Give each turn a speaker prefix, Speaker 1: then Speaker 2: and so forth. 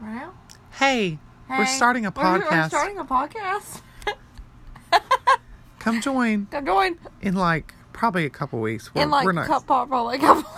Speaker 1: Hello?
Speaker 2: Hey,
Speaker 1: Hey.
Speaker 2: we're starting a
Speaker 1: We're-
Speaker 2: podcast.
Speaker 1: We're, starting a podcast.
Speaker 2: Come join
Speaker 1: Come join
Speaker 2: in like probably a couple weeks. We're,
Speaker 1: in like
Speaker 2: we're not.
Speaker 1: cup pop, like couple.